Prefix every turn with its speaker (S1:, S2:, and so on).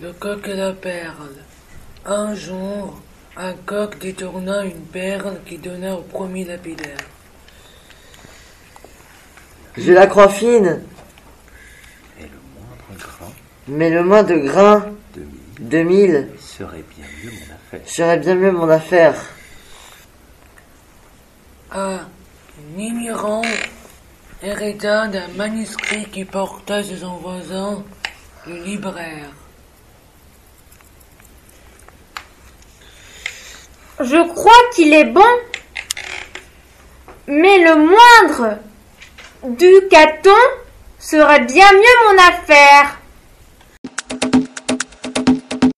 S1: Le coq et la perle. Un jour, un coq détourna une perle qu'il donna au premier lapidaire.
S2: J'ai la croix fine,
S3: Et le moindre grain
S2: mais le moins de grain
S3: de mille
S2: de mille
S3: serait bien mieux mon affaire.
S2: serait bien mieux mon affaire.
S1: Un ignorant hérita d'un manuscrit qui portait sur son voisin, le libraire.
S4: Je crois qu'il est bon, mais le moindre du caton serait bien mieux mon affaire.